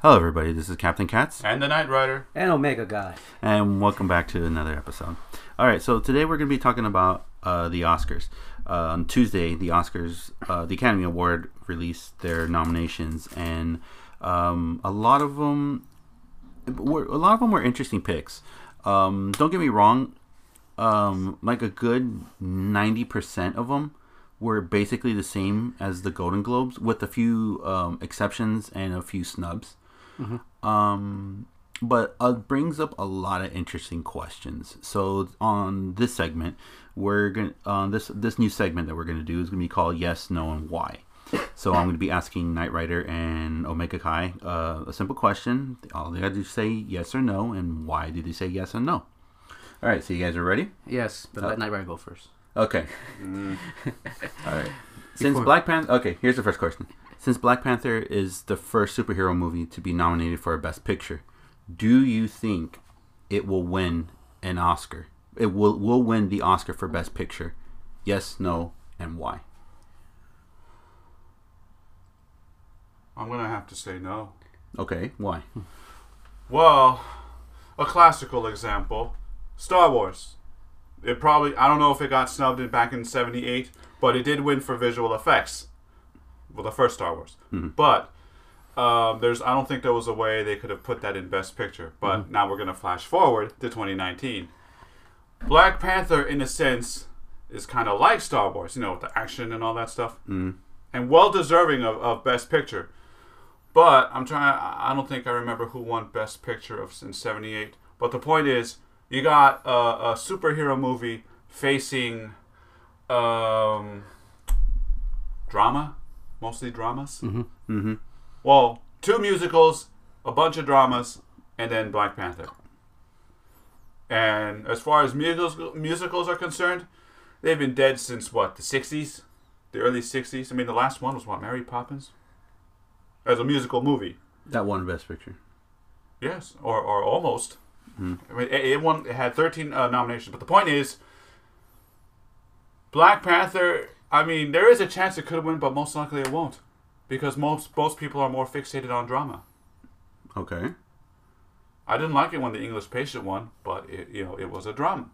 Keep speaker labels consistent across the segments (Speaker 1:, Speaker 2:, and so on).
Speaker 1: Hello, everybody. This is Captain Katz,
Speaker 2: And the Night Rider.
Speaker 3: And Omega Guy.
Speaker 1: and welcome back to another episode. All right, so today we're going to be talking about uh, the Oscars. Uh, on Tuesday, the Oscars, uh, the Academy Award released their nominations, and um, a lot of them, were, a lot of them were interesting picks. Um, don't get me wrong, um, like a good ninety percent of them were basically the same as the Golden Globes, with a few um, exceptions and a few snubs. Um, but uh, brings up a lot of interesting questions. So on this segment, we're gonna on this this new segment that we're gonna do is gonna be called Yes, No, and Why. So I'm gonna be asking Knight Rider and Omega Kai uh, a simple question. All they gotta do is say yes or no, and why did they say yes and no? All right, so you guys are ready?
Speaker 3: Yes,
Speaker 2: Uh,
Speaker 3: but let Night Rider go first.
Speaker 1: Okay. All right. Since Black Panther, okay, here's the first question. Since Black Panther is the first superhero movie to be nominated for a Best Picture, do you think it will win an Oscar? It will will win the Oscar for Best Picture? Yes, no, and why?
Speaker 2: I'm going to have to say no.
Speaker 1: Okay, why?
Speaker 2: Well, a classical example Star Wars. It probably, I don't know if it got snubbed in back in 78, but it did win for visual effects. Well, the first Star Wars. But. Um, there's, I don't think there was a way they could have put that in Best Picture. But now we're gonna flash forward to 2019. Black Panther, in a sense, is kind of like Star Wars, you know, with the action and all that stuff, mm. and well deserving of, of Best Picture. But I'm trying. I I don't think I remember who won Best Picture of in '78. But the point is, you got a, a superhero movie facing um, drama, mostly dramas. Mm-hmm. Mm-hmm. Well, two musicals, a bunch of dramas, and then Black Panther. And as far as musicals musicals are concerned, they've been dead since what the '60s, the early '60s. I mean, the last one was what Mary Poppins, as a musical movie.
Speaker 1: That won Best Picture.
Speaker 2: Yes, or, or almost. I mean, it, it won. It had 13 uh, nominations, but the point is, Black Panther. I mean, there is a chance it could win, but most likely it won't, because most most people are more fixated on drama.
Speaker 1: Okay.
Speaker 2: I didn't like it when the English Patient won, but it, you know it was a drama.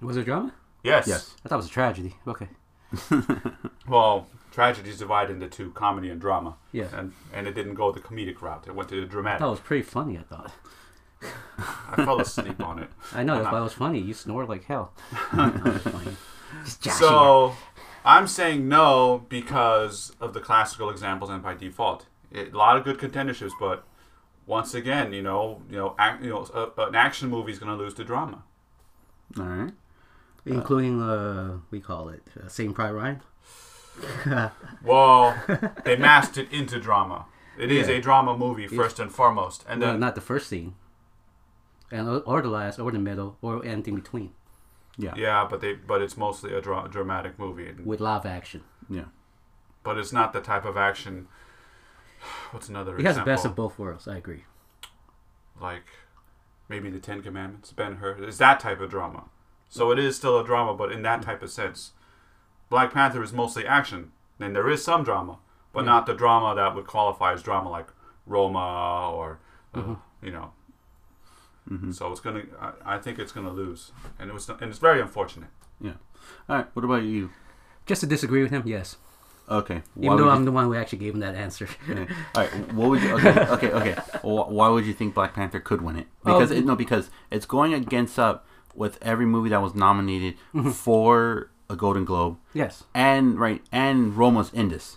Speaker 3: Was it drama?
Speaker 2: Yes.
Speaker 1: Yes.
Speaker 3: I thought it was a tragedy. Okay.
Speaker 2: Well, tragedies divide into two: comedy and drama.
Speaker 3: Yeah.
Speaker 2: And and it didn't go the comedic route. It went to the dramatic.
Speaker 3: That was pretty funny, I thought.
Speaker 2: I fell asleep on it.
Speaker 3: I know, that's why it was funny. You snore like hell. Funny. Just joshing.
Speaker 2: So I'm saying no because of the classical examples and by default. It, a lot of good contenderships, but once again, you know, you know, ac- you know, a, an action movie is going to lose to drama.
Speaker 1: All right.
Speaker 3: Including, uh, we call it, uh, Saving Pride Ryan.
Speaker 2: Well, they masked it into drama. It is a drama movie first and foremost, and
Speaker 3: Well,
Speaker 2: then
Speaker 3: not the first scene. And, uh, or the last, or the middle, or anything between.
Speaker 1: Yeah. Yeah.
Speaker 2: yeah, but they but it's mostly a dra- dramatic movie, and-
Speaker 3: With live action.
Speaker 2: but it's not the type of action. What's another
Speaker 3: It has the
Speaker 2: example?
Speaker 3: best of both worlds, I agree.
Speaker 2: like maybe the Ten Commandments, Ben Hur. It's that type of drama. So it is still a drama, but in that type of sense. Black Panther is mostly action, and there is some drama, but not the drama that would qualify as drama like Roma or uh, you know.
Speaker 1: Mm-hmm.
Speaker 2: So it's gonna. I, I think it's gonna lose, and it was, and it's very unfortunate.
Speaker 1: All right. What about you?
Speaker 3: Just to disagree with him, yes.
Speaker 1: Okay. Why
Speaker 3: Even
Speaker 1: would
Speaker 3: though
Speaker 1: you-
Speaker 3: I'm the one who actually gave him that answer.
Speaker 1: Okay. All right. What would you? Okay. Okay. Okay. Wh- Why would you think Black Panther could win it? Because
Speaker 3: Oh,
Speaker 1: it, no, because it's going against up with every movie that was nominated
Speaker 3: Mm-hmm.
Speaker 1: for a Golden Globe
Speaker 3: yes.
Speaker 1: and right and Roma's Indus.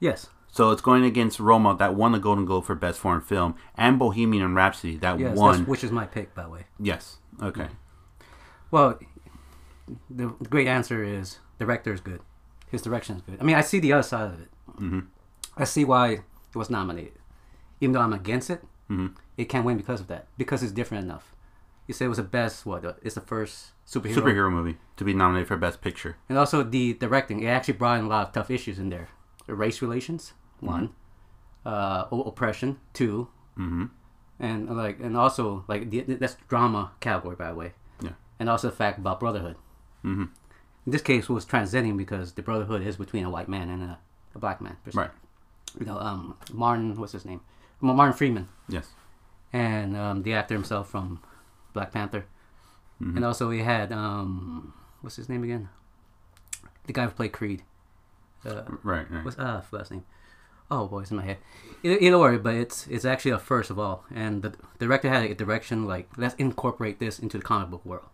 Speaker 3: Yes.
Speaker 1: So it's going against Roma that won the Golden Globe for Best Foreign Film and Bohemian Rhapsody that
Speaker 3: Yes.
Speaker 1: won.
Speaker 3: That's, which is my pick, by the way.
Speaker 1: yes. Okay.
Speaker 3: Well, the great answer is director is good. His direction is good. I mean, I see the other side of it.
Speaker 1: Mm-hmm.
Speaker 3: I see why it was nominated. Even though I'm against it,
Speaker 1: Mm-hmm.
Speaker 3: it can't win because of that. Because it's different enough. You say it was the best, what? uh, It's the first superhero.
Speaker 1: Superhero movie to be nominated for Best Picture.
Speaker 3: And also the directing. It actually brought in a lot of tough issues in there. Race relations,
Speaker 1: Mm-hmm.
Speaker 3: one. Uh, o- oppression, 2 Mm-hmm. And like, and also like the, that's drama category, by the way
Speaker 1: Yeah.
Speaker 3: and also the fact about brotherhood. Mm-hmm. In this case, it was transcending because the brotherhood is between a white man and a, a black man. per se.
Speaker 1: Right.
Speaker 3: You know, um, Martin, what's his name? Ma- Martin Freeman
Speaker 1: Yes.
Speaker 3: and um, the actor himself from Black Panther,
Speaker 1: Mm-hmm.
Speaker 3: and also we had um, what's his name again? The guy who played Creed. Uh,
Speaker 1: Right. Right.
Speaker 3: what's ah I forgot his name? Oh boy, it's in my head. Either, either way, but it's it's actually a first of all, and the director had a direction like let's incorporate this into the comic book world.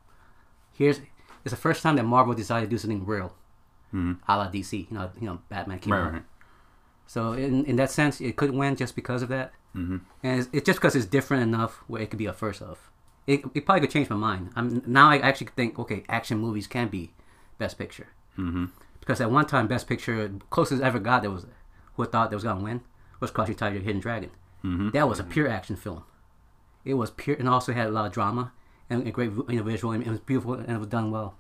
Speaker 3: Here's it's the first time that Marvel decided to do something real,
Speaker 1: Mhm.
Speaker 3: a la DC. You know, you know, Batman came
Speaker 1: Right.
Speaker 3: out.
Speaker 1: Right.
Speaker 3: So in, in that sense, it could win just because of that,
Speaker 1: Mhm.
Speaker 3: and it's, it's just because it's different enough where it could be a first of. It, it probably could change my mind. I'm now I actually think okay, action movies can be best picture
Speaker 1: Mm-hmm.
Speaker 3: because at one time best picture closest ever got that was who thought that was gonna win was Crouching Tiger, Hidden Dragon.
Speaker 1: Mhm.
Speaker 3: That was a pure action film. It was pure and also had a lot of drama and a great you know, visual and it was beautiful and it was done well.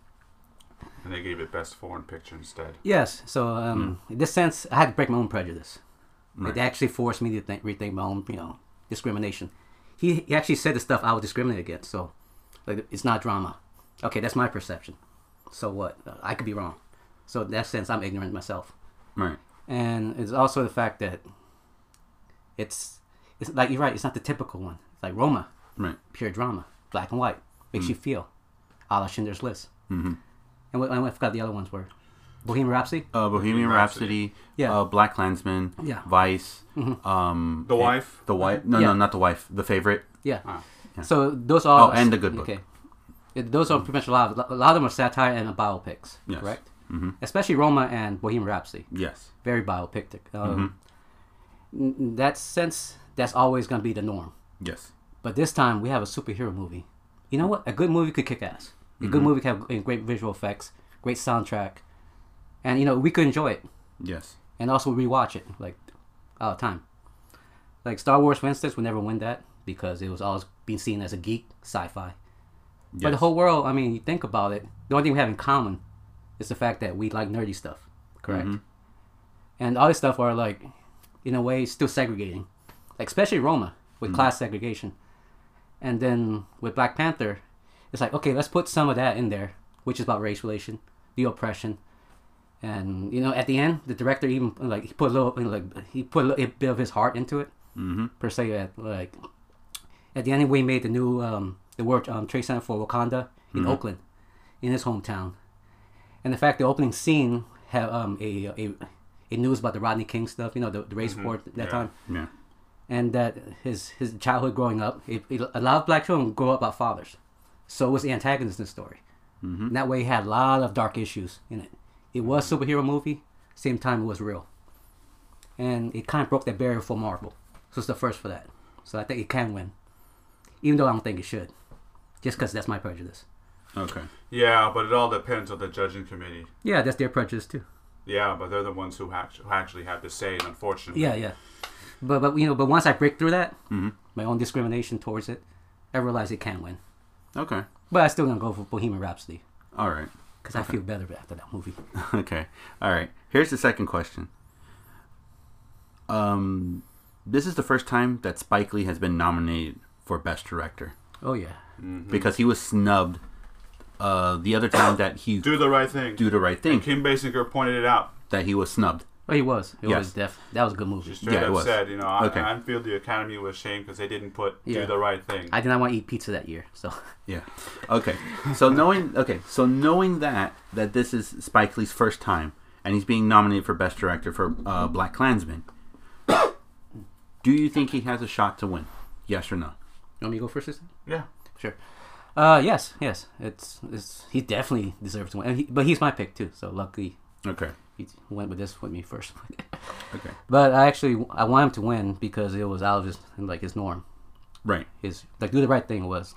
Speaker 2: and they gave it best foreign picture instead.
Speaker 3: Yes, so um, in this sense, I had to break my own prejudice.
Speaker 1: Hmm. Right.
Speaker 3: It actually forced me to think, rethink my own, you know, discrimination. He, he actually said the stuff I would discriminate against. So, like, it's not drama. Okay, that's my perception. So what? Uh, I could be wrong. So in that sense, I'm ignorant myself.
Speaker 1: Right.
Speaker 3: And it's also the fact that it's it's like you're right. It's not the typical one. It's like Roma,
Speaker 1: Right. Hmm.
Speaker 3: pure drama, black and white, makes you feel, a la Schindler's List.
Speaker 1: Mm-hmm.
Speaker 3: And what, I forgot the other ones were Bohemian Rhapsody.
Speaker 1: Uh, Bohemian
Speaker 2: Bohemian
Speaker 1: Rhapsody.
Speaker 3: Yeah.
Speaker 1: Uh, Black Klansman.
Speaker 3: Yeah. Mm-hmm.
Speaker 1: Vice. Um.
Speaker 2: The
Speaker 1: it-
Speaker 2: Wife?
Speaker 1: The wife. No,
Speaker 3: Yeah.
Speaker 1: no, not the wife. The favorite.
Speaker 3: Yeah.
Speaker 2: Ah.
Speaker 1: Yeah.
Speaker 3: So those are
Speaker 1: Oh, and The Good Book.
Speaker 3: It- those are pretty much a lot. Of, a lot of them are satire and biopics,
Speaker 1: Yes.
Speaker 3: correct?
Speaker 2: Mm-hmm.
Speaker 1: Mhm.
Speaker 3: Especially Roma and Bohemian Rhapsody,
Speaker 1: Yes.
Speaker 3: very biopic. Um,
Speaker 1: Mm-hmm.
Speaker 3: n- n- That sense, that's always going to be the norm.
Speaker 1: Yes.
Speaker 3: But this time, we have a superhero movie. You know what? A good movie could kick ass. A
Speaker 1: Mm-hmm.
Speaker 3: good movie could have great visual effects, great soundtrack, and you know we could enjoy it
Speaker 1: Yes.
Speaker 3: and also rewatch it like all the time. Like Star Wars, for instance, would never win that because it was always being seen as a geek sci-fi. But the
Speaker 1: Yes.
Speaker 3: whole world, I mean, you think about it, the only thing we have in common is the fact that we like nerdy stuff, correct? And all this stuff are like, in a way, still segregating, like especially Roma with class segregation, and then with Black Panther, it's like okay, let's put some of that in there, which is about race relation, the oppression, and you know, at the end, the director even like he put a little like he put a little bit of his heart into it, mm-hmm. per se, at, like at the end, we made the new um, the work um, Trade Center for Wakanda in Oakland, in his hometown, and in fact, the opening scene had um, a, a a news about the Rodney King stuff, you know, the, the race war at that
Speaker 2: Yeah.
Speaker 3: time,
Speaker 1: Yeah.
Speaker 3: and that his his childhood growing up, it, it, a lot of black children grow up without fathers, so it was the antagonist in the story. And that way, it had a lot of dark issues in it. It was superhero movie, same time it was real, and it kind of broke that barrier for Marvel. So it's the first for that. So I think it can win even though I don't think it should, just because that's my prejudice.
Speaker 1: Okay.
Speaker 2: Yeah, but it all depends on the judging committee.
Speaker 3: Yeah, that's their prejudice too.
Speaker 2: Yeah, but they're the ones who, act- who actually have to say it, unfortunately.
Speaker 3: Yeah, yeah. But but you know, but once I break through that, my own discrimination towards it, I realize it can win.
Speaker 1: Okay.
Speaker 3: But I still gonna go for Bohemian Rhapsody
Speaker 1: All right.
Speaker 3: because I feel better after that movie.
Speaker 1: Okay. All right. Here's the second question. Um, this is the first time that Spike Lee has been nominated for Best Director
Speaker 3: Oh yeah,
Speaker 2: Mm-hmm.
Speaker 1: because he was snubbed. Uh, the other time that he
Speaker 2: Do the right thing.
Speaker 1: do the right thing,
Speaker 2: Kim Basinger pointed it out.
Speaker 1: that he was snubbed.
Speaker 3: oh he was. It
Speaker 1: Yes.
Speaker 3: was def. That was a good movie.
Speaker 2: She straight
Speaker 1: Yeah, it
Speaker 2: up
Speaker 1: was.
Speaker 2: said, you know, I,
Speaker 1: Okay.
Speaker 2: I feel the Academy was shamed because they didn't put
Speaker 3: Yeah.
Speaker 2: do the right thing.
Speaker 3: I did not want to eat pizza that year, so
Speaker 1: Yeah. Okay. So knowing okay, so knowing that that this is Spike Lee's first time and he's being nominated for Best Director for uh, Black Klansman, do you think he has a shot to win? Yes or no?
Speaker 3: you want me to go first this time?
Speaker 2: yeah.
Speaker 3: Sure. Uh, yes, yes. It's it's he definitely deserves to win, and he, but he's my pick too. So luckily
Speaker 1: Okay.
Speaker 3: he went with this with me first.
Speaker 1: Okay.
Speaker 3: But I actually I want him to win because it was out of his like his norm.
Speaker 1: Right.
Speaker 3: His like do the right thing was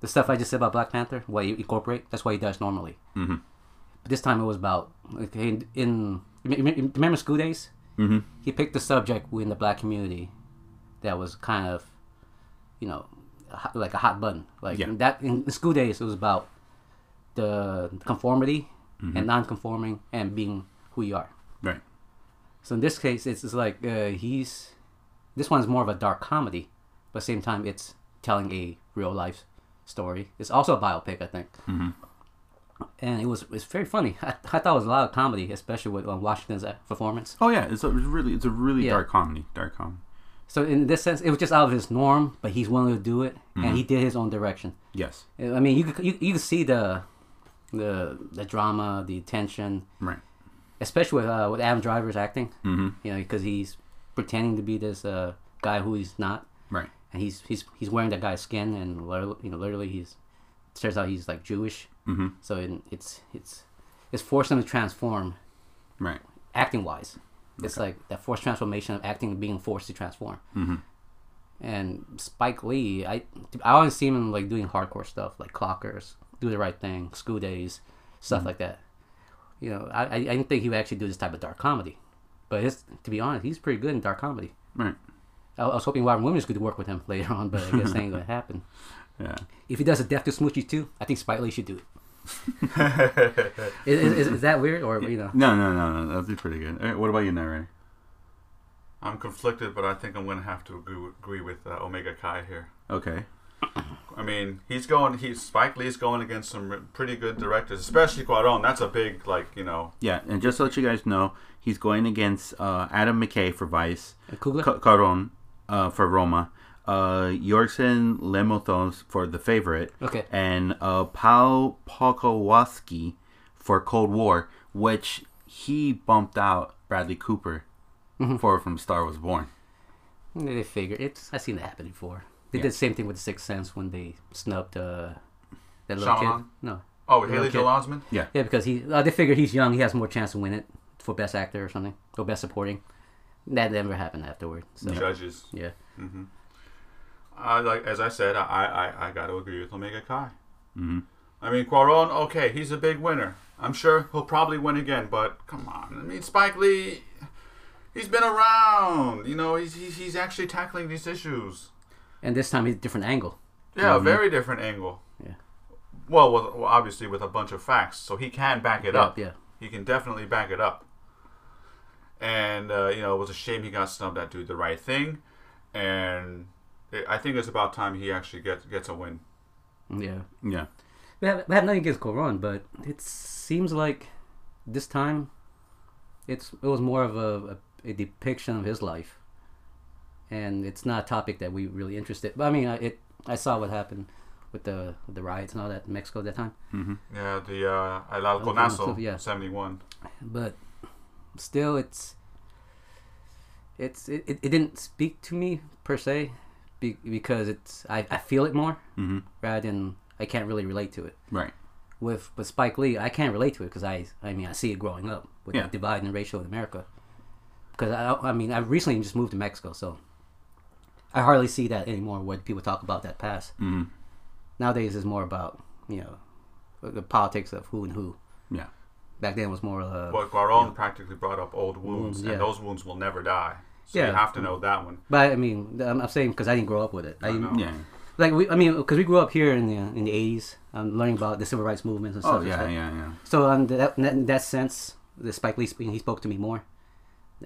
Speaker 3: the stuff I just said about Black Panther. What you incorporate that's what he does normally. Mm-hmm. But this time it was about like in, in remember school days.
Speaker 1: Mm-hmm.
Speaker 3: He picked the subject within the black community that was kind of you know a hot- like a hot button. Like
Speaker 1: Yeah.
Speaker 3: that in school days it was about the conformity and non-conforming and being who you are.
Speaker 1: Right.
Speaker 3: So in this case, it's, it's like uh, he's. This one's more of a dark comedy, but same time, it's telling a real life story. It's also a biopic, I think. Mm-hmm. And it was it's very funny. I, I thought it was a lot of comedy, especially with um, Washington's uh, performance.
Speaker 1: Oh yeah, it's a it's really it's a really
Speaker 3: Yeah.
Speaker 1: dark comedy. Dark comedy.
Speaker 3: So in this sense, it was just out of his norm, but he's willing to do it, and he did his own direction.
Speaker 1: Yes.
Speaker 3: I mean, you could, you you could see the the the drama, the tension,
Speaker 1: Right.
Speaker 3: especially with uh, with Adam Driver's acting.
Speaker 1: Mhm.
Speaker 3: You know, because he's pretending to be this uh, guy who he's not,
Speaker 1: Right.
Speaker 3: and he's he's he's wearing that guy's skin, and literally, you know, literally he's turns out he's like Jewish.
Speaker 1: Mm-hmm.
Speaker 3: So it, it's it's it's forcing him to transform
Speaker 1: Right.
Speaker 3: acting wise. It's like that forced transformation of acting being forced to transform.
Speaker 1: Mhm.
Speaker 3: And Spike Lee, I I always see him like doing hardcore stuff like Clockers, Do the Right Thing, School Days, stuff like that. You know, I, I I didn't think he would actually do this type of dark comedy, but his, to be honest, he's pretty good in dark comedy.
Speaker 1: Right.
Speaker 3: I, I was hoping Robin Williams could work with him later on, but I guess that ain't gonna happen.
Speaker 1: Yeah.
Speaker 3: If he does a Death to Smoochie too, I think Spike Lee should do it. is, is, is that weird or you know?
Speaker 1: No, no, no, no. That'd be pretty good. All right, what about you, now, Ray?
Speaker 2: I'm conflicted, but I think I'm going to have to agree, agree with uh, Omega Kai here.
Speaker 1: Okay.
Speaker 2: I mean, he's going. He's Spike Lee's going against some r- pretty good directors, especially Cuarón. That's a big, like, you know,
Speaker 1: Yeah, and just to let you guys know, he's going against uh, Adam McKay for Vice,
Speaker 3: Coogler?
Speaker 1: Ca- Caron uh, for Roma, uh, Yorkson Lemothos for The Favorite,
Speaker 3: Okay.
Speaker 1: and uh, Paul Polkowski for Cold War, which he bumped out Bradley Cooper for From Star Was Born.
Speaker 3: Yeah, They figure it's. I've seen that happen before. They did the same thing with the Sixth Sense when they snubbed uh, that little
Speaker 2: Shyamalan?
Speaker 3: kid. No,
Speaker 2: oh Haley
Speaker 3: Okay.
Speaker 2: Joel Osment.
Speaker 1: Yeah,
Speaker 3: yeah, because he. Uh, they figure he's young. He has more chance to win it for best actor or something or best supporting. That never happened afterward. So yeah,
Speaker 2: Judges. I like as I said, I I, I got to agree with Omega Kai.
Speaker 3: Mm-hmm.
Speaker 1: Mhm.
Speaker 2: I mean, Cuaron, okay, he's a big winner. I'm sure he'll probably win again, but come on. I mean, Spike Lee, he's been around. You know, he's he's, he's actually tackling these issues.
Speaker 3: and this time he's a different angle.
Speaker 2: Yeah, a very different angle.
Speaker 3: Mm-hmm. Yeah.
Speaker 2: Well, with, well, obviously with a bunch of facts, so he can back it
Speaker 3: Yeah,
Speaker 2: up.
Speaker 3: yeah.
Speaker 2: He can definitely back it up. And uh, you know, it was a shame he got snubbed at "Do the Right Thing," and it, I think it's about time he actually gets gets a win.
Speaker 3: Yeah,
Speaker 1: yeah,
Speaker 3: we have, we have nothing against Coron, but it seems like this time it's it was more of a, a, a depiction of his life, and it's not a topic that we really interested. But I mean, I, it I saw what happened with the with the riots and all that in Mexico that time,
Speaker 2: Yeah, the uh, El Alconazo,
Speaker 3: Alconazo, yeah.
Speaker 2: seventy-one.
Speaker 3: but still, it's it's it, it, it didn't speak to me per se be, because it's I, I feel it more rather than I can't really relate to it.
Speaker 1: Mm-hmm. right.
Speaker 3: with with Spike Lee, I can't relate to it because I I mean I see it growing up with
Speaker 1: Yeah.
Speaker 3: the divide in racial in America. Because I I mean I recently just moved to Mexico, so I hardly see that anymore. Where people talk about that past.
Speaker 1: Mm.
Speaker 3: Mm-hmm. Nowadays, it's more about you know the politics of who and who.
Speaker 1: Yeah,
Speaker 3: Back then, it was more uh,
Speaker 2: But Guaron practically brought up old wounds,
Speaker 3: yeah.
Speaker 2: and those wounds will never die. So you
Speaker 3: Yeah.
Speaker 2: have to know that one.
Speaker 3: but I mean I'm, I'm saying because I didn't grow up with it. I,
Speaker 2: know.
Speaker 1: yeah.
Speaker 3: like we I mean because we grew up here in the in the eighties. I'm learning about the civil rights movements and stuff.
Speaker 1: Oh,
Speaker 3: and
Speaker 1: yeah,
Speaker 3: stuff.
Speaker 1: yeah, yeah.
Speaker 3: So um, that, that, in that sense, the Spike Lee speaking, he spoke to me more,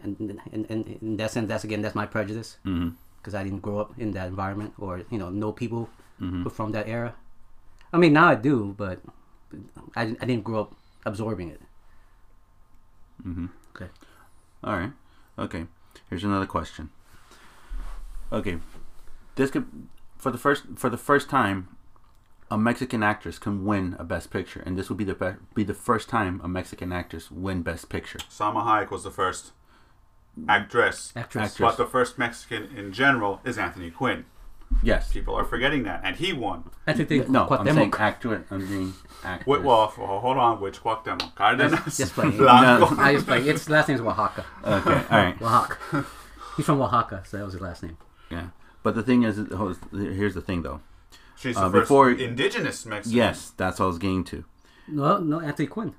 Speaker 3: and and, and in that sense, that's again that's my prejudice
Speaker 1: Mm-hmm.
Speaker 3: because I didn't grow up in that environment or you know know people
Speaker 1: Mm-hmm.
Speaker 3: who from that era. I mean, now I do, but I, didn't- I didn't grow up absorbing it. Mm-hmm. Okay.
Speaker 1: All right. Okay. Here's another question. Okay. This could for the first for the first time a Mexican actress can win a best picture and this will be the be, be the first time a Mexican actress win best picture.
Speaker 2: Salma Hayek was the first actress,
Speaker 3: Actress.
Speaker 2: but the first Mexican in general is Anthony Quinn.
Speaker 1: Yes.
Speaker 2: People are forgetting that, and he won.
Speaker 3: I think they-
Speaker 1: No, I'm
Speaker 3: Cuauhtemoc.
Speaker 1: saying actor I'm being actress.
Speaker 2: Wait, well, f- oh, hold on. Which Cuauhtemoc? Cardenas?
Speaker 3: Just playing.
Speaker 2: Blanco?
Speaker 3: I just like it's last name is Oaxaca.
Speaker 1: okay. All right.
Speaker 3: Oaxaca. He's from Oaxaca, so that was his last name.
Speaker 1: Yeah. But the thing is here's the thing though.
Speaker 2: She's the
Speaker 1: Uh,
Speaker 2: first
Speaker 1: before-
Speaker 2: indigenous Mexican.
Speaker 1: Yes, that's what I was getting to.
Speaker 3: No, no, Anthony Quinn.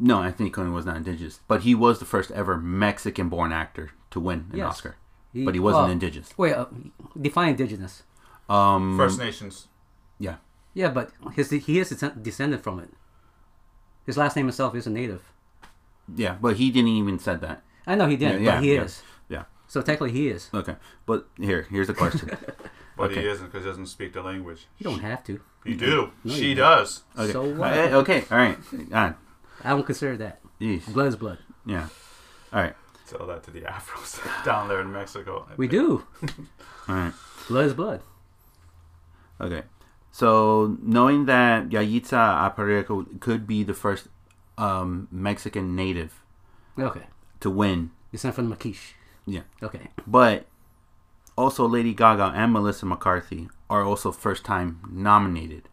Speaker 1: No, Anthony Quinn was not indigenous, but he was the first ever Mexican-born actor to win an
Speaker 3: Yes.
Speaker 1: Oscar. But he wasn't indigenous.
Speaker 3: Wait, uh, define indigenous.
Speaker 1: Um
Speaker 2: First Nations.
Speaker 1: yeah.
Speaker 3: Yeah, but his he is descend- descended from it. His last name itself is a native.
Speaker 1: Yeah, but he didn't even said that.
Speaker 3: I know he didn't,
Speaker 1: Yeah,
Speaker 3: but he
Speaker 1: yeah.
Speaker 3: is.
Speaker 1: Yeah.
Speaker 3: So technically, he is.
Speaker 1: Okay. But here, here's the question.
Speaker 2: But he
Speaker 1: Okay.
Speaker 2: isn't because he doesn't speak the language.
Speaker 3: You don't have to.
Speaker 2: You do. she
Speaker 3: you
Speaker 2: does.
Speaker 1: Okay.
Speaker 3: So what?
Speaker 1: Uh, okay. All right. Ah,
Speaker 3: I don't consider that.
Speaker 1: jeez.
Speaker 3: Blood is blood.
Speaker 1: Yeah. All right.
Speaker 2: Tell that to the Afros down there in Mexico. I
Speaker 3: We
Speaker 2: think.
Speaker 3: do.
Speaker 1: All right.
Speaker 3: Blood is blood.
Speaker 1: Okay. So knowing that Yayitza Aparicio could be the first um, Mexican native
Speaker 3: Okay.
Speaker 1: to win,
Speaker 3: You sent from Makish.
Speaker 1: Yeah.
Speaker 3: Okay.
Speaker 1: but also Lady Gaga and Melissa McCarthy are also first time nominated,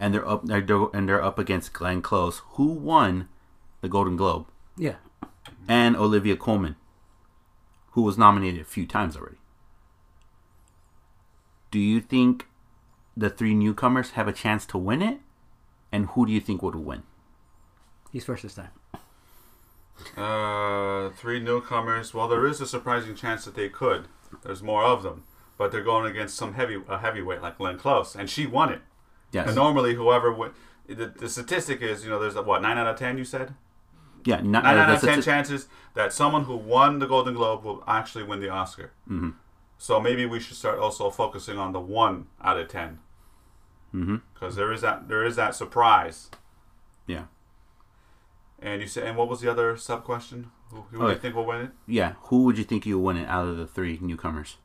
Speaker 1: and they're up they're, and they're up against Glenn Close, who won the Golden Globe,
Speaker 3: Yeah.
Speaker 1: and Olivia Colman, who was nominated a few times already. Do you think the three newcomers have a chance to win it? And who do you think would win?
Speaker 3: He's first this time.
Speaker 2: Uh, three newcomers. Well, there is a surprising chance that they could. There's more of them, but they're going against some heavy a heavyweight like Glenn Close, and she won it.
Speaker 1: Yes.
Speaker 2: And normally, whoever win, the, the statistic is, you know, there's a, what nine out of ten. You said
Speaker 1: yeah. Not,
Speaker 2: nine
Speaker 1: uh,
Speaker 2: out of
Speaker 1: that's a
Speaker 2: ten
Speaker 1: t-
Speaker 2: chances that someone who won the Golden Globe will actually win the Oscar. Mm-hmm. So maybe we should start also focusing on the one out of ten. Because mm-hmm. is that there is that surprise.
Speaker 1: Yeah.
Speaker 2: And you said, and what was the other sub question? Who, who do you
Speaker 1: Okay.
Speaker 2: think will win it?
Speaker 1: Yeah. Who would you think you win it out of the three newcomers?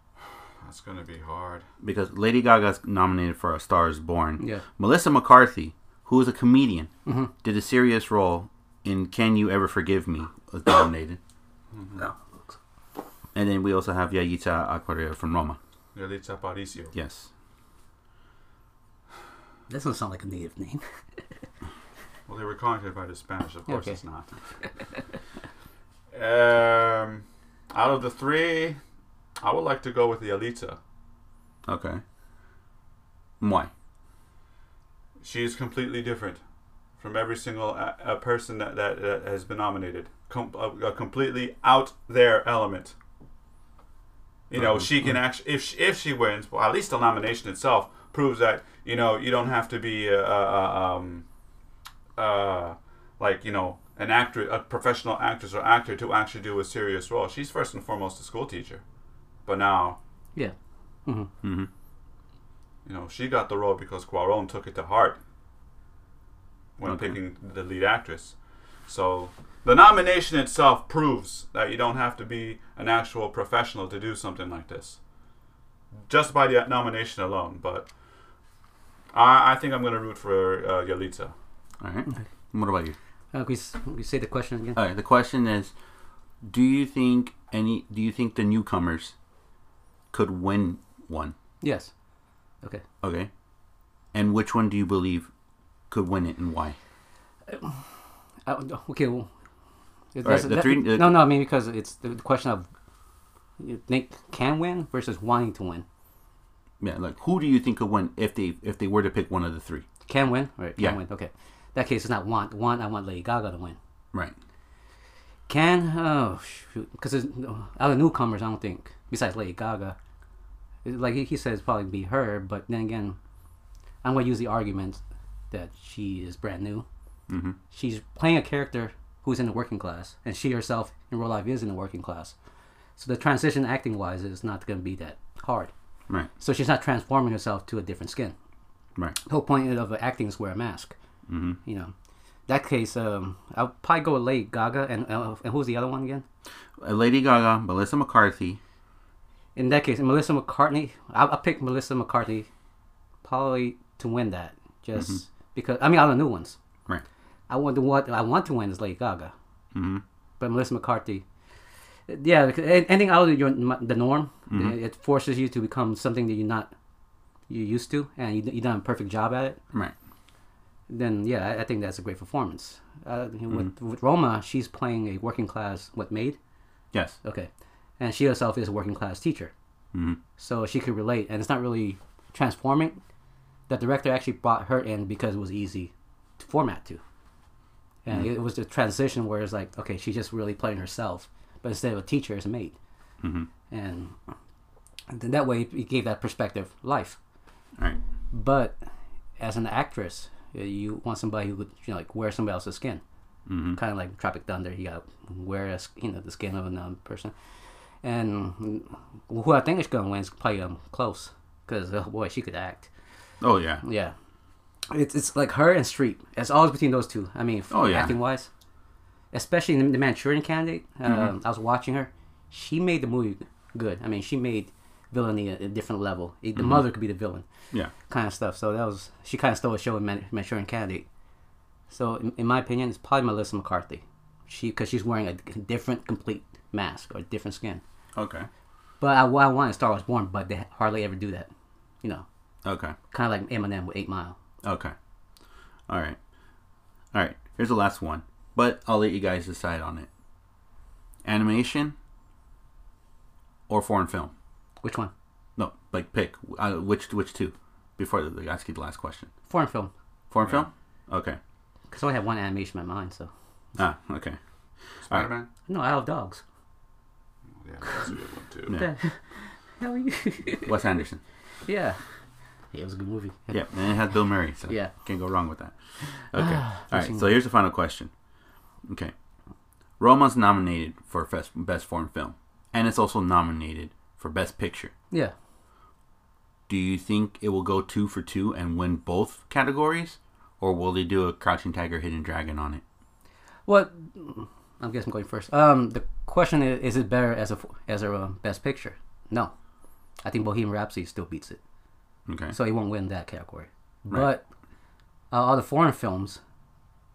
Speaker 2: That's gonna be hard.
Speaker 1: because Lady Gaga's nominated for A Star Is Born.
Speaker 3: Yeah. Mm-hmm.
Speaker 1: Melissa McCarthy, who is a comedian, did a serious role in Can You Ever Forgive Me, was nominated.
Speaker 3: No.
Speaker 1: And then we also have Yayita Aquaria from Roma.
Speaker 2: Yalitza Aparicio.
Speaker 1: Yes.
Speaker 3: That doesn't sound like a native name.
Speaker 2: Well, they were conquered by the Spanish. Of course,
Speaker 3: Okay.
Speaker 2: it's not. um, out of the three, I would like to go with the Alita.
Speaker 1: Okay. Why?
Speaker 2: She is completely different from every single uh uh person that, that, that has been nominated. Com- uh, a, a completely out there element. You know, she can actually, if she, if she wins, well, at least the nomination itself proves that you know you don't have to be uh, uh, um, uh, like you know an actor, a professional actress or actor to actually do a serious role. She's first and foremost a school teacher, but now
Speaker 3: Yeah. Mm-hmm. Uh,
Speaker 2: you know, she got the role because Cuaron took it to heart when
Speaker 1: Okay.
Speaker 2: picking the lead actress. So the nomination itself proves that you don't have to be an actual professional to do something like this. Just by the nomination alone, but I, I think I'm going to root for uh, Yalitza.
Speaker 1: All right. What about you?
Speaker 3: Uh, we, s- we say the question again.
Speaker 1: All right. The question is, do you think any? Do you think the newcomers could win one?
Speaker 3: yes. Okay.
Speaker 1: Okay. And which one do you believe could win it, and why?
Speaker 3: I, okay. Well, it
Speaker 1: All right,
Speaker 3: doesn't-
Speaker 1: the
Speaker 3: that-
Speaker 1: three- uh, the-
Speaker 3: no, no. I mean because it's the, the question of you think can win versus wanting to win.
Speaker 1: Yeah, like who do you think could win if they if they were to pick one of the three?
Speaker 3: Can win. Right. Can
Speaker 1: Yeah.
Speaker 3: win. Okay. That case is not want. Want. I want Lady Gaga to win.
Speaker 1: Right.
Speaker 3: Can oh shoot because out of newcomers I don't think besides Lady Gaga, it- like he, he says probably be her but then again, I'm gonna use the argument that she is brand new. Mm-hmm. She's playing a character who's in the working class and she herself in real life is in the working class, so the transition acting wise is not gonna be that hard.
Speaker 1: Right.
Speaker 3: So she's not transforming herself to a different skin
Speaker 1: Right.
Speaker 3: the whole point of acting is wear a mask. Mm-hmm. You know, that case, um, I'll probably go with Lady Gaga and uh, and who's the other one again?
Speaker 1: Uh, Lady Gaga, Melissa McCarthy.
Speaker 3: In that case, Melissa McCartney. I'll, I'll pick Melissa McCartney probably to win that, just because. I mean, all the new ones.
Speaker 1: Mm-hmm. Right.
Speaker 3: I want to what I want to win is Lady Gaga, mm-hmm. but Melissa McCarthy. Yeah, because an- anything out of your the norm,
Speaker 1: Mm-hmm.
Speaker 3: it forces you to become something that you're not you're used to, and you, you've done a perfect job at it.
Speaker 1: Right.
Speaker 3: then yeah, I, I think that's a great performance. Uh, with, with Roma, she's playing a working class what maid,
Speaker 1: Yes.
Speaker 3: okay, and she herself is a working class teacher,
Speaker 1: Mm-hmm.
Speaker 3: mm so she could relate, and it's not really transforming. The director actually brought her in because it was easy to format to, and it was the transition where it's like, okay, she's just really playing herself, but instead of a teacher, it's a maid, mm-hmm. and then that way it gave that perspective life
Speaker 1: All right.
Speaker 3: but as an actress, uh, you want somebody who would you know like wear somebody else's skin,
Speaker 1: Mm-hmm.
Speaker 3: kind of like Tropic Thunder. You got to wear a, s- you know the skin of another person, and mm, who I think is going to win is probably um, Close because oh boy, she could act.
Speaker 1: Oh yeah.
Speaker 3: Yeah, it's it's like her and Streep. It's always between those two. I mean,
Speaker 1: Oh, yeah.
Speaker 3: acting wise, especially in the Manchurian Candidate. Um,
Speaker 1: Mm-hmm.
Speaker 3: I was watching her; she made the movie good. I mean, she made villainy at a different level. It- The mother could be the villain,
Speaker 1: Mm-hmm. Yeah.
Speaker 3: kind of stuff. So that was she kind of stole a show in Man- Manchurian Candidate. So in, in my opinion, it's probably Melissa McCarthy. She because she's wearing a different, complete mask or different skin.
Speaker 1: Okay.
Speaker 3: But I, I wanted Star Wars Born, but they hardly ever do that. You know,
Speaker 1: Okay.
Speaker 3: kind of like Eminem with Eight Mile.
Speaker 1: Okay. All right. All right. Here's the last one, but I'll let you guys decide on it. Animation or foreign film?
Speaker 3: Which one?
Speaker 1: No, like pick uh, which which two before I ask you the last question.
Speaker 3: Foreign film.
Speaker 1: Foreign film? Okay.
Speaker 3: Because I only have one animation in my mind. So
Speaker 1: Ah, okay.
Speaker 2: Spider Man.
Speaker 3: no, I love dogs.
Speaker 2: Yeah, that's a good one too.
Speaker 1: Yeah.
Speaker 3: What the hell are you?
Speaker 1: Wes Anderson.
Speaker 3: yeah. Yeah, it was a good movie.
Speaker 1: Yeah, and it has Bill Murray, so
Speaker 3: Yeah.
Speaker 1: can't go wrong with that. Okay. All right. So here's the final question. Okay. Roma's nominated for best, best foreign film, and it's also nominated for best picture.
Speaker 3: Yeah.
Speaker 1: Do you think it will go two for two and win both categories, or will they do a Crouching Tiger, Hidden Dragon on it?
Speaker 3: Well, I guess mm, I'm going first. Um, the question is: Is it better as a as a uh, best picture? No, I think Bohemian Rhapsody still beats it,
Speaker 1: Okay.
Speaker 3: so he won't win that category.
Speaker 1: Right.
Speaker 3: But uh, all the foreign films,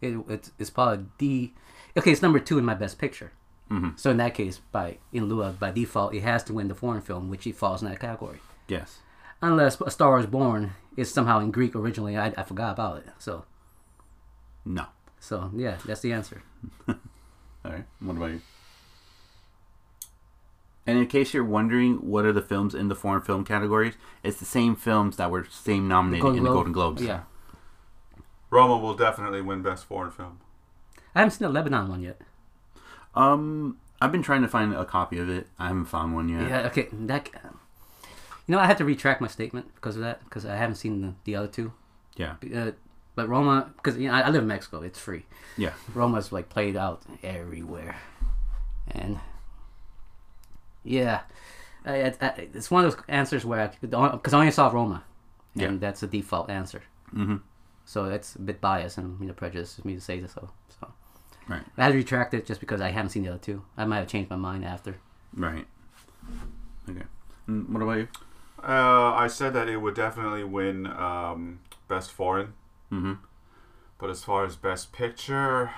Speaker 3: it, it's it's probably the okay. It's number two in my best picture. Mm-hmm. So in that case, by in lieu of by default, it has to win the foreign film, which it falls in that category.
Speaker 1: yes.
Speaker 3: Unless A Star Is Born is somehow in Greek originally, I, I forgot about it. So
Speaker 1: No.
Speaker 3: so yeah, that's the answer.
Speaker 1: All right. What about you? And in case you're wondering, what are the films in the foreign film categories? It's the same films that were same nominated in the Golden Globes.
Speaker 3: Yeah,
Speaker 2: Roma will definitely win Best Foreign Film.
Speaker 3: I haven't seen the Lebanon one yet.
Speaker 1: Um, I've been trying to find a copy of it. I haven't found one yet.
Speaker 3: Yeah, okay. That, you know, I had to retract my statement because of that because I haven't seen the, the other two.
Speaker 1: Yeah.
Speaker 3: Uh, but Roma, because you know, I, I live in Mexico, it's free.
Speaker 1: Yeah.
Speaker 3: Roma's like played out everywhere, and yeah, I, I, I- it's one of those answers where because I, only saw Roma, and
Speaker 1: Yeah.
Speaker 3: that's the default answer.
Speaker 1: Mm-hmm.
Speaker 3: So that's a bit biased and you know prejudice of me to say this. So, so
Speaker 1: Right.
Speaker 3: I had to retract it just because I haven't seen the other two. I might have changed my mind after.
Speaker 1: Right. Okay. Mm, What about you?
Speaker 2: Uh, I said that it would definitely win um, Best Foreign,
Speaker 1: Mm-hmm.
Speaker 2: but as far as Best Picture,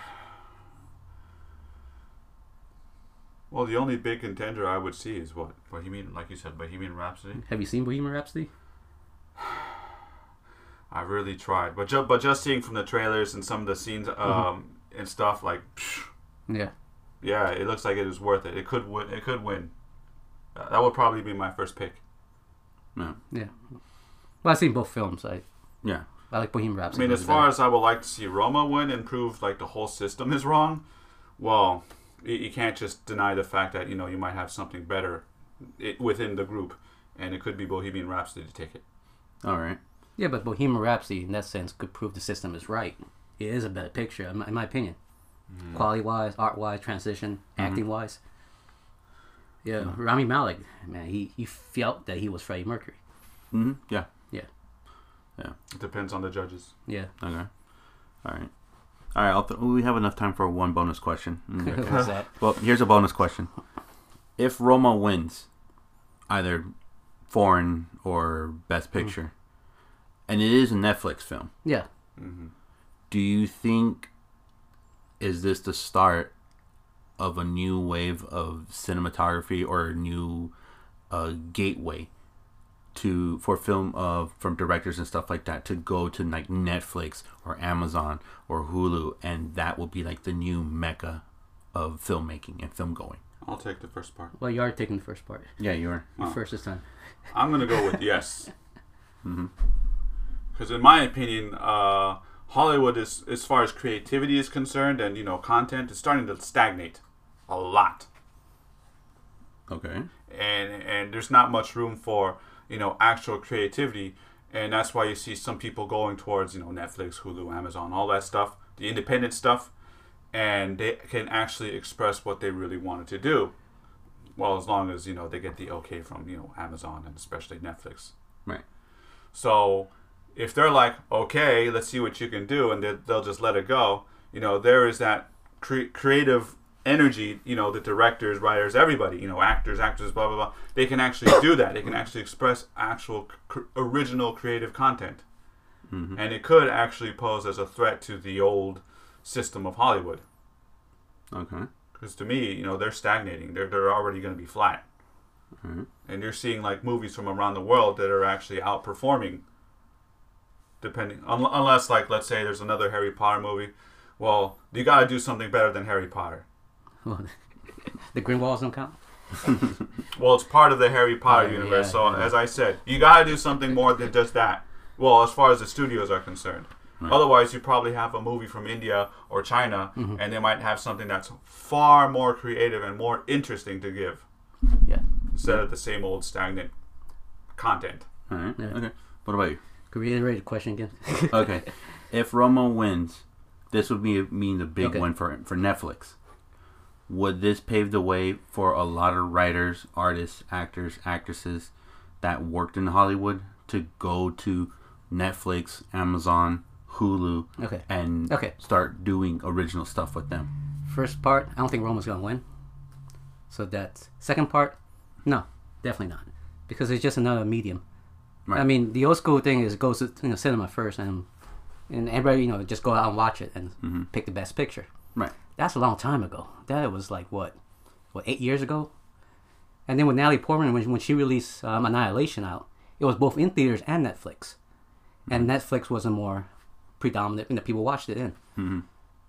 Speaker 2: well, the only big contender I would see is what Bohemian, like you said, Bohemian Rhapsody.
Speaker 3: Have you seen Bohemian Rhapsody?
Speaker 2: I really tried, but ju- but just seeing from the trailers and some of the scenes um, and stuff, like, psh,
Speaker 3: Yeah.
Speaker 2: yeah, it looks like it was worth it. It could win. It could win. Uh, that would probably be my first pick.
Speaker 1: No.
Speaker 3: Yeah. Well, I've seen both films. I,
Speaker 1: Yeah.
Speaker 3: I like Bohemian
Speaker 2: I
Speaker 3: Rhapsody.
Speaker 2: mean, as far as I would like to see Roma win and prove like the whole system is wrong, well, you, you can't just deny the fact that you know you might have something better i within the group, and it could be Bohemian Rhapsody to take it.
Speaker 1: All right.
Speaker 3: yeah, but Bohemian Rhapsody, in that sense, could prove the system is right. It is a better picture, in my, in my opinion, quality wise, art wise, transition, acting wise. Mm-hmm. Yeah, Rami Malek, man, he, he felt that he was Freddie Mercury.
Speaker 1: Mm-hmm. Yeah.
Speaker 3: Yeah,
Speaker 2: It depends on the judges.
Speaker 3: yeah.
Speaker 1: Okay. All right. All right. I'll th- we have enough time for one bonus question. Mm, Okay.
Speaker 3: What's that?
Speaker 1: well, here's a bonus question. If Roma wins, either foreign or best picture, and it is a Netflix film,
Speaker 3: Yeah.
Speaker 1: do you think is this the start of a new wave of cinematography or a new uh, gateway to for film uh, from directors and stuff like that to go to like Netflix or Amazon or Hulu and that will be like the new mecca of filmmaking and film going.
Speaker 2: I'll take the first part.
Speaker 3: Well, you are taking the first part.
Speaker 1: Yeah, you are.
Speaker 3: You're
Speaker 2: Oh.
Speaker 3: first this time.
Speaker 2: I'm gonna go with yes. Because in my opinion, uh, Hollywood is, as far as creativity is concerned, and you know, content is starting to stagnate a lot,
Speaker 1: Okay.
Speaker 2: and and there's not much room for you know actual creativity, and that's why you see some people going towards you know Netflix, Hulu, Amazon, all that stuff, the independent stuff, and they can actually express what they really wanted to do. Well, as long as you know they get the okay from you know Amazon and especially Netflix.
Speaker 1: Right.
Speaker 2: So if they're like, okay, let's see what you can do, and they- they'll just let it go, you know, there is that cre- creative energy, you know, the directors, writers, everybody, you know, actors, actors, blah blah blah, they can actually do that. They can actually express actual cr- original creative content, and it could actually pose as a threat to the old system of Hollywood.
Speaker 1: Okay.
Speaker 2: Because to me, you know, they're stagnating. They're they're already going to be flat. And you're seeing like movies from around the world that are actually outperforming. Depending, un- unless like let's say there's another Harry Potter movie, well you got to do something better than Harry Potter.
Speaker 3: the green walls don't count.
Speaker 2: Well, it's part of the Harry Potter
Speaker 3: Yeah,
Speaker 2: universe.
Speaker 3: yeah,
Speaker 2: so as I said, you got to do something more than just that. Well, as far as the studios are concerned. Otherwise, you probably have a movie from India or China, and they might have something that's far more creative and more interesting to give.
Speaker 1: Yeah.
Speaker 2: instead of the same old stagnant content.
Speaker 1: All right.
Speaker 3: Yeah.
Speaker 1: Okay. What about you?
Speaker 3: Could we reiterate the question again?
Speaker 1: Okay. if Romo wins, this would be mean a big
Speaker 3: Okay.
Speaker 1: win for for Netflix. Would this pave the way for a lot of writers, artists, actors, actresses that worked in Hollywood to go to Netflix, Amazon, Hulu,
Speaker 3: Okay.
Speaker 1: and
Speaker 3: Okay.
Speaker 1: start doing original stuff with them?
Speaker 3: First part, I don't think Roma's gonna win. So that's second part, no, definitely not, because it's just another medium.
Speaker 1: Right.
Speaker 3: I mean, the old school thing is goes to you know cinema first, and and everybody you know just go out and watch it and pick the best picture.
Speaker 1: Mm-hmm. Right.
Speaker 3: That's a long time ago. That was like what, what eight years ago. And then with Natalie Portman, when, when she released um, Annihilation out, it was both in theaters and Netflix, and Netflix was a more predominant, and the people watched it in.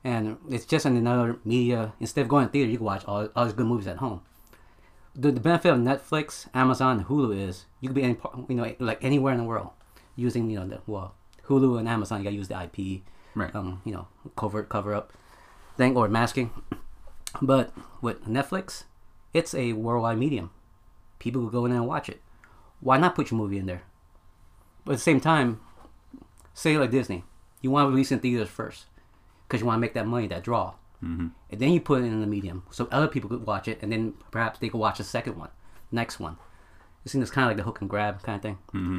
Speaker 3: And it's just in another media. Instead of going to theater, you can watch all, all these good movies at home. The, the benefit of Netflix, Amazon, and Hulu is you can be any part, you know, like anywhere in the world using you know the well Hulu and Amazon. You gotta use the IP,
Speaker 1: Right.
Speaker 3: Um, you know, covert cover up thing or masking. But with Netflix, it's a worldwide medium. People will go in there and watch it. Why not put your movie in there? But at the same time, say like Disney, you want to release in theaters first because you want to make that money, that draw, mm-hmm. and then you put it in the medium so other people could watch it, and then perhaps they could watch the second one, next one. You seen this kind of like the hook and grab kind of thing. Mm-hmm.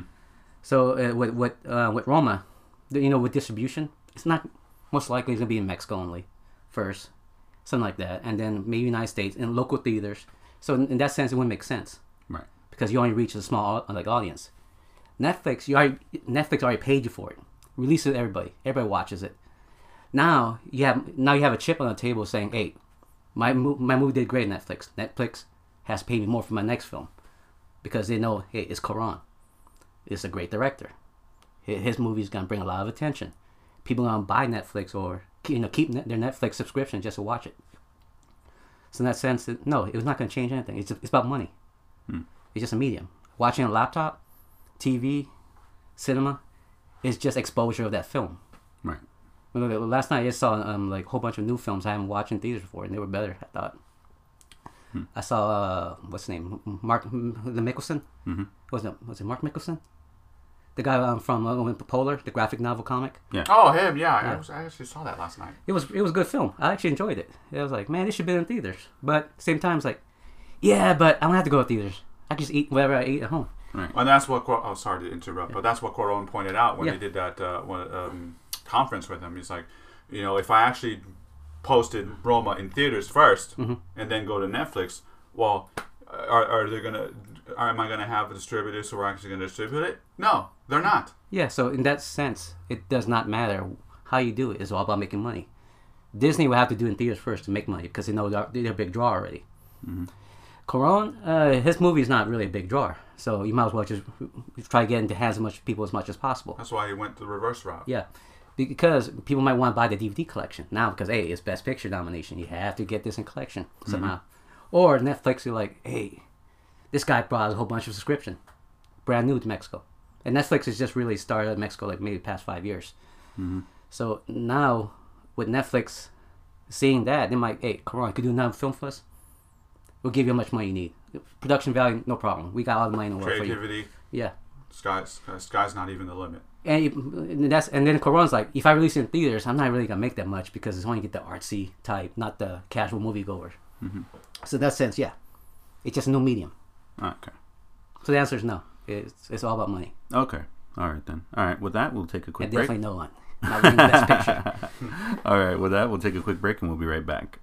Speaker 3: So uh, with with uh, with Roma, the- you know, with distribution, it's not most likely it's gonna be in Mexico only first, something like that, and then maybe United States and local theaters. So in, in that sense, it wouldn't make sense
Speaker 1: Right.
Speaker 3: because you only reach a small au- like audience. Netflix, you already Netflix already paid you for it. Release it to everybody. Everybody watches it. Now you have now you have a chip on the table saying, "Hey, my mo- my movie did great. at Netflix. Netflix has to pay me more for my next film because they know, hey, it's Karan. It's a great director. Hi- His movie's gonna bring a lot of attention. People gonna buy Netflix or you know keep net- their Netflix subscription just to watch it. So in that sense, it, no, it was not gonna change anything. It's it's about money. It's just a medium. Watching a laptop, TV, cinema, is just exposure of that film.
Speaker 1: Right.
Speaker 3: Well, look, Last night I just saw um, like a whole bunch of new films I haven't watched in theaters before, and they were better. I thought. I saw uh, what's his name, Mark M- the Mickelson. Mm-hmm. Was it was it Mark Mickelson? The guy um, from uh, Polar, the graphic novel comic.
Speaker 2: Oh, him, yeah. I, was, I actually saw that last night.
Speaker 3: It was it was a good film. I actually enjoyed it. I was like, man, this should be in theaters. But same time, it's like, yeah, but I don't have to go to theaters. I can just eat whatever I eat at home.
Speaker 2: And that's what, Cor- oh, sorry to interrupt, but that's what Corone pointed out when
Speaker 3: Yeah.
Speaker 2: they did that uh, one, um, conference with him. He's like, you know, if I actually posted Roma in theaters 1st
Speaker 3: Mm-hmm.
Speaker 2: and then go to Netflix, well, are, are they going to, am I going to have distributors who are actually going to distribute it? No, they're not.
Speaker 3: Yeah, so in that sense, it does not matter how you do it. It's all about making money. Disney will have to do it in theaters first to make money because they know they're, they're a big draw already. Coron, uh, his movie is not really a big draw, so you might as well just try to get into as much people as much as possible.
Speaker 2: That's why he went the reverse route.
Speaker 3: Yeah, because people might want to buy the DVD collection now because hey, it's Best Picture nomination. You have to get this in collection somehow, or Netflix. You're like, hey, this guy brought us a whole bunch of subscription, brand new to Mexico, and Netflix has just really started in Mexico like maybe past five years. So now with Netflix seeing that, they might, hey, Karan, could you do another film for us? We'll give you how much money you need. Production value, no problem. We got all the money in the world for you.
Speaker 2: Creativity,
Speaker 3: Yeah.
Speaker 2: sky, sky, sky's not even the limit.
Speaker 3: And, it- and that's and then Coron's like, if I release it in theaters, I'm not really gonna make that much because it's only get the artsy type, not the casual moviegoer. Mm-hmm. So in that sense, yeah, it's just a new medium.
Speaker 1: Okay.
Speaker 3: So the answer is no. It's it's all about money.
Speaker 1: Okay. All right then. All right. With that, we'll take a
Speaker 3: And
Speaker 1: quick break.
Speaker 3: definitely no one. not winning Best Picture.
Speaker 1: All right, with that, we'll take a quick break and we'll be right back.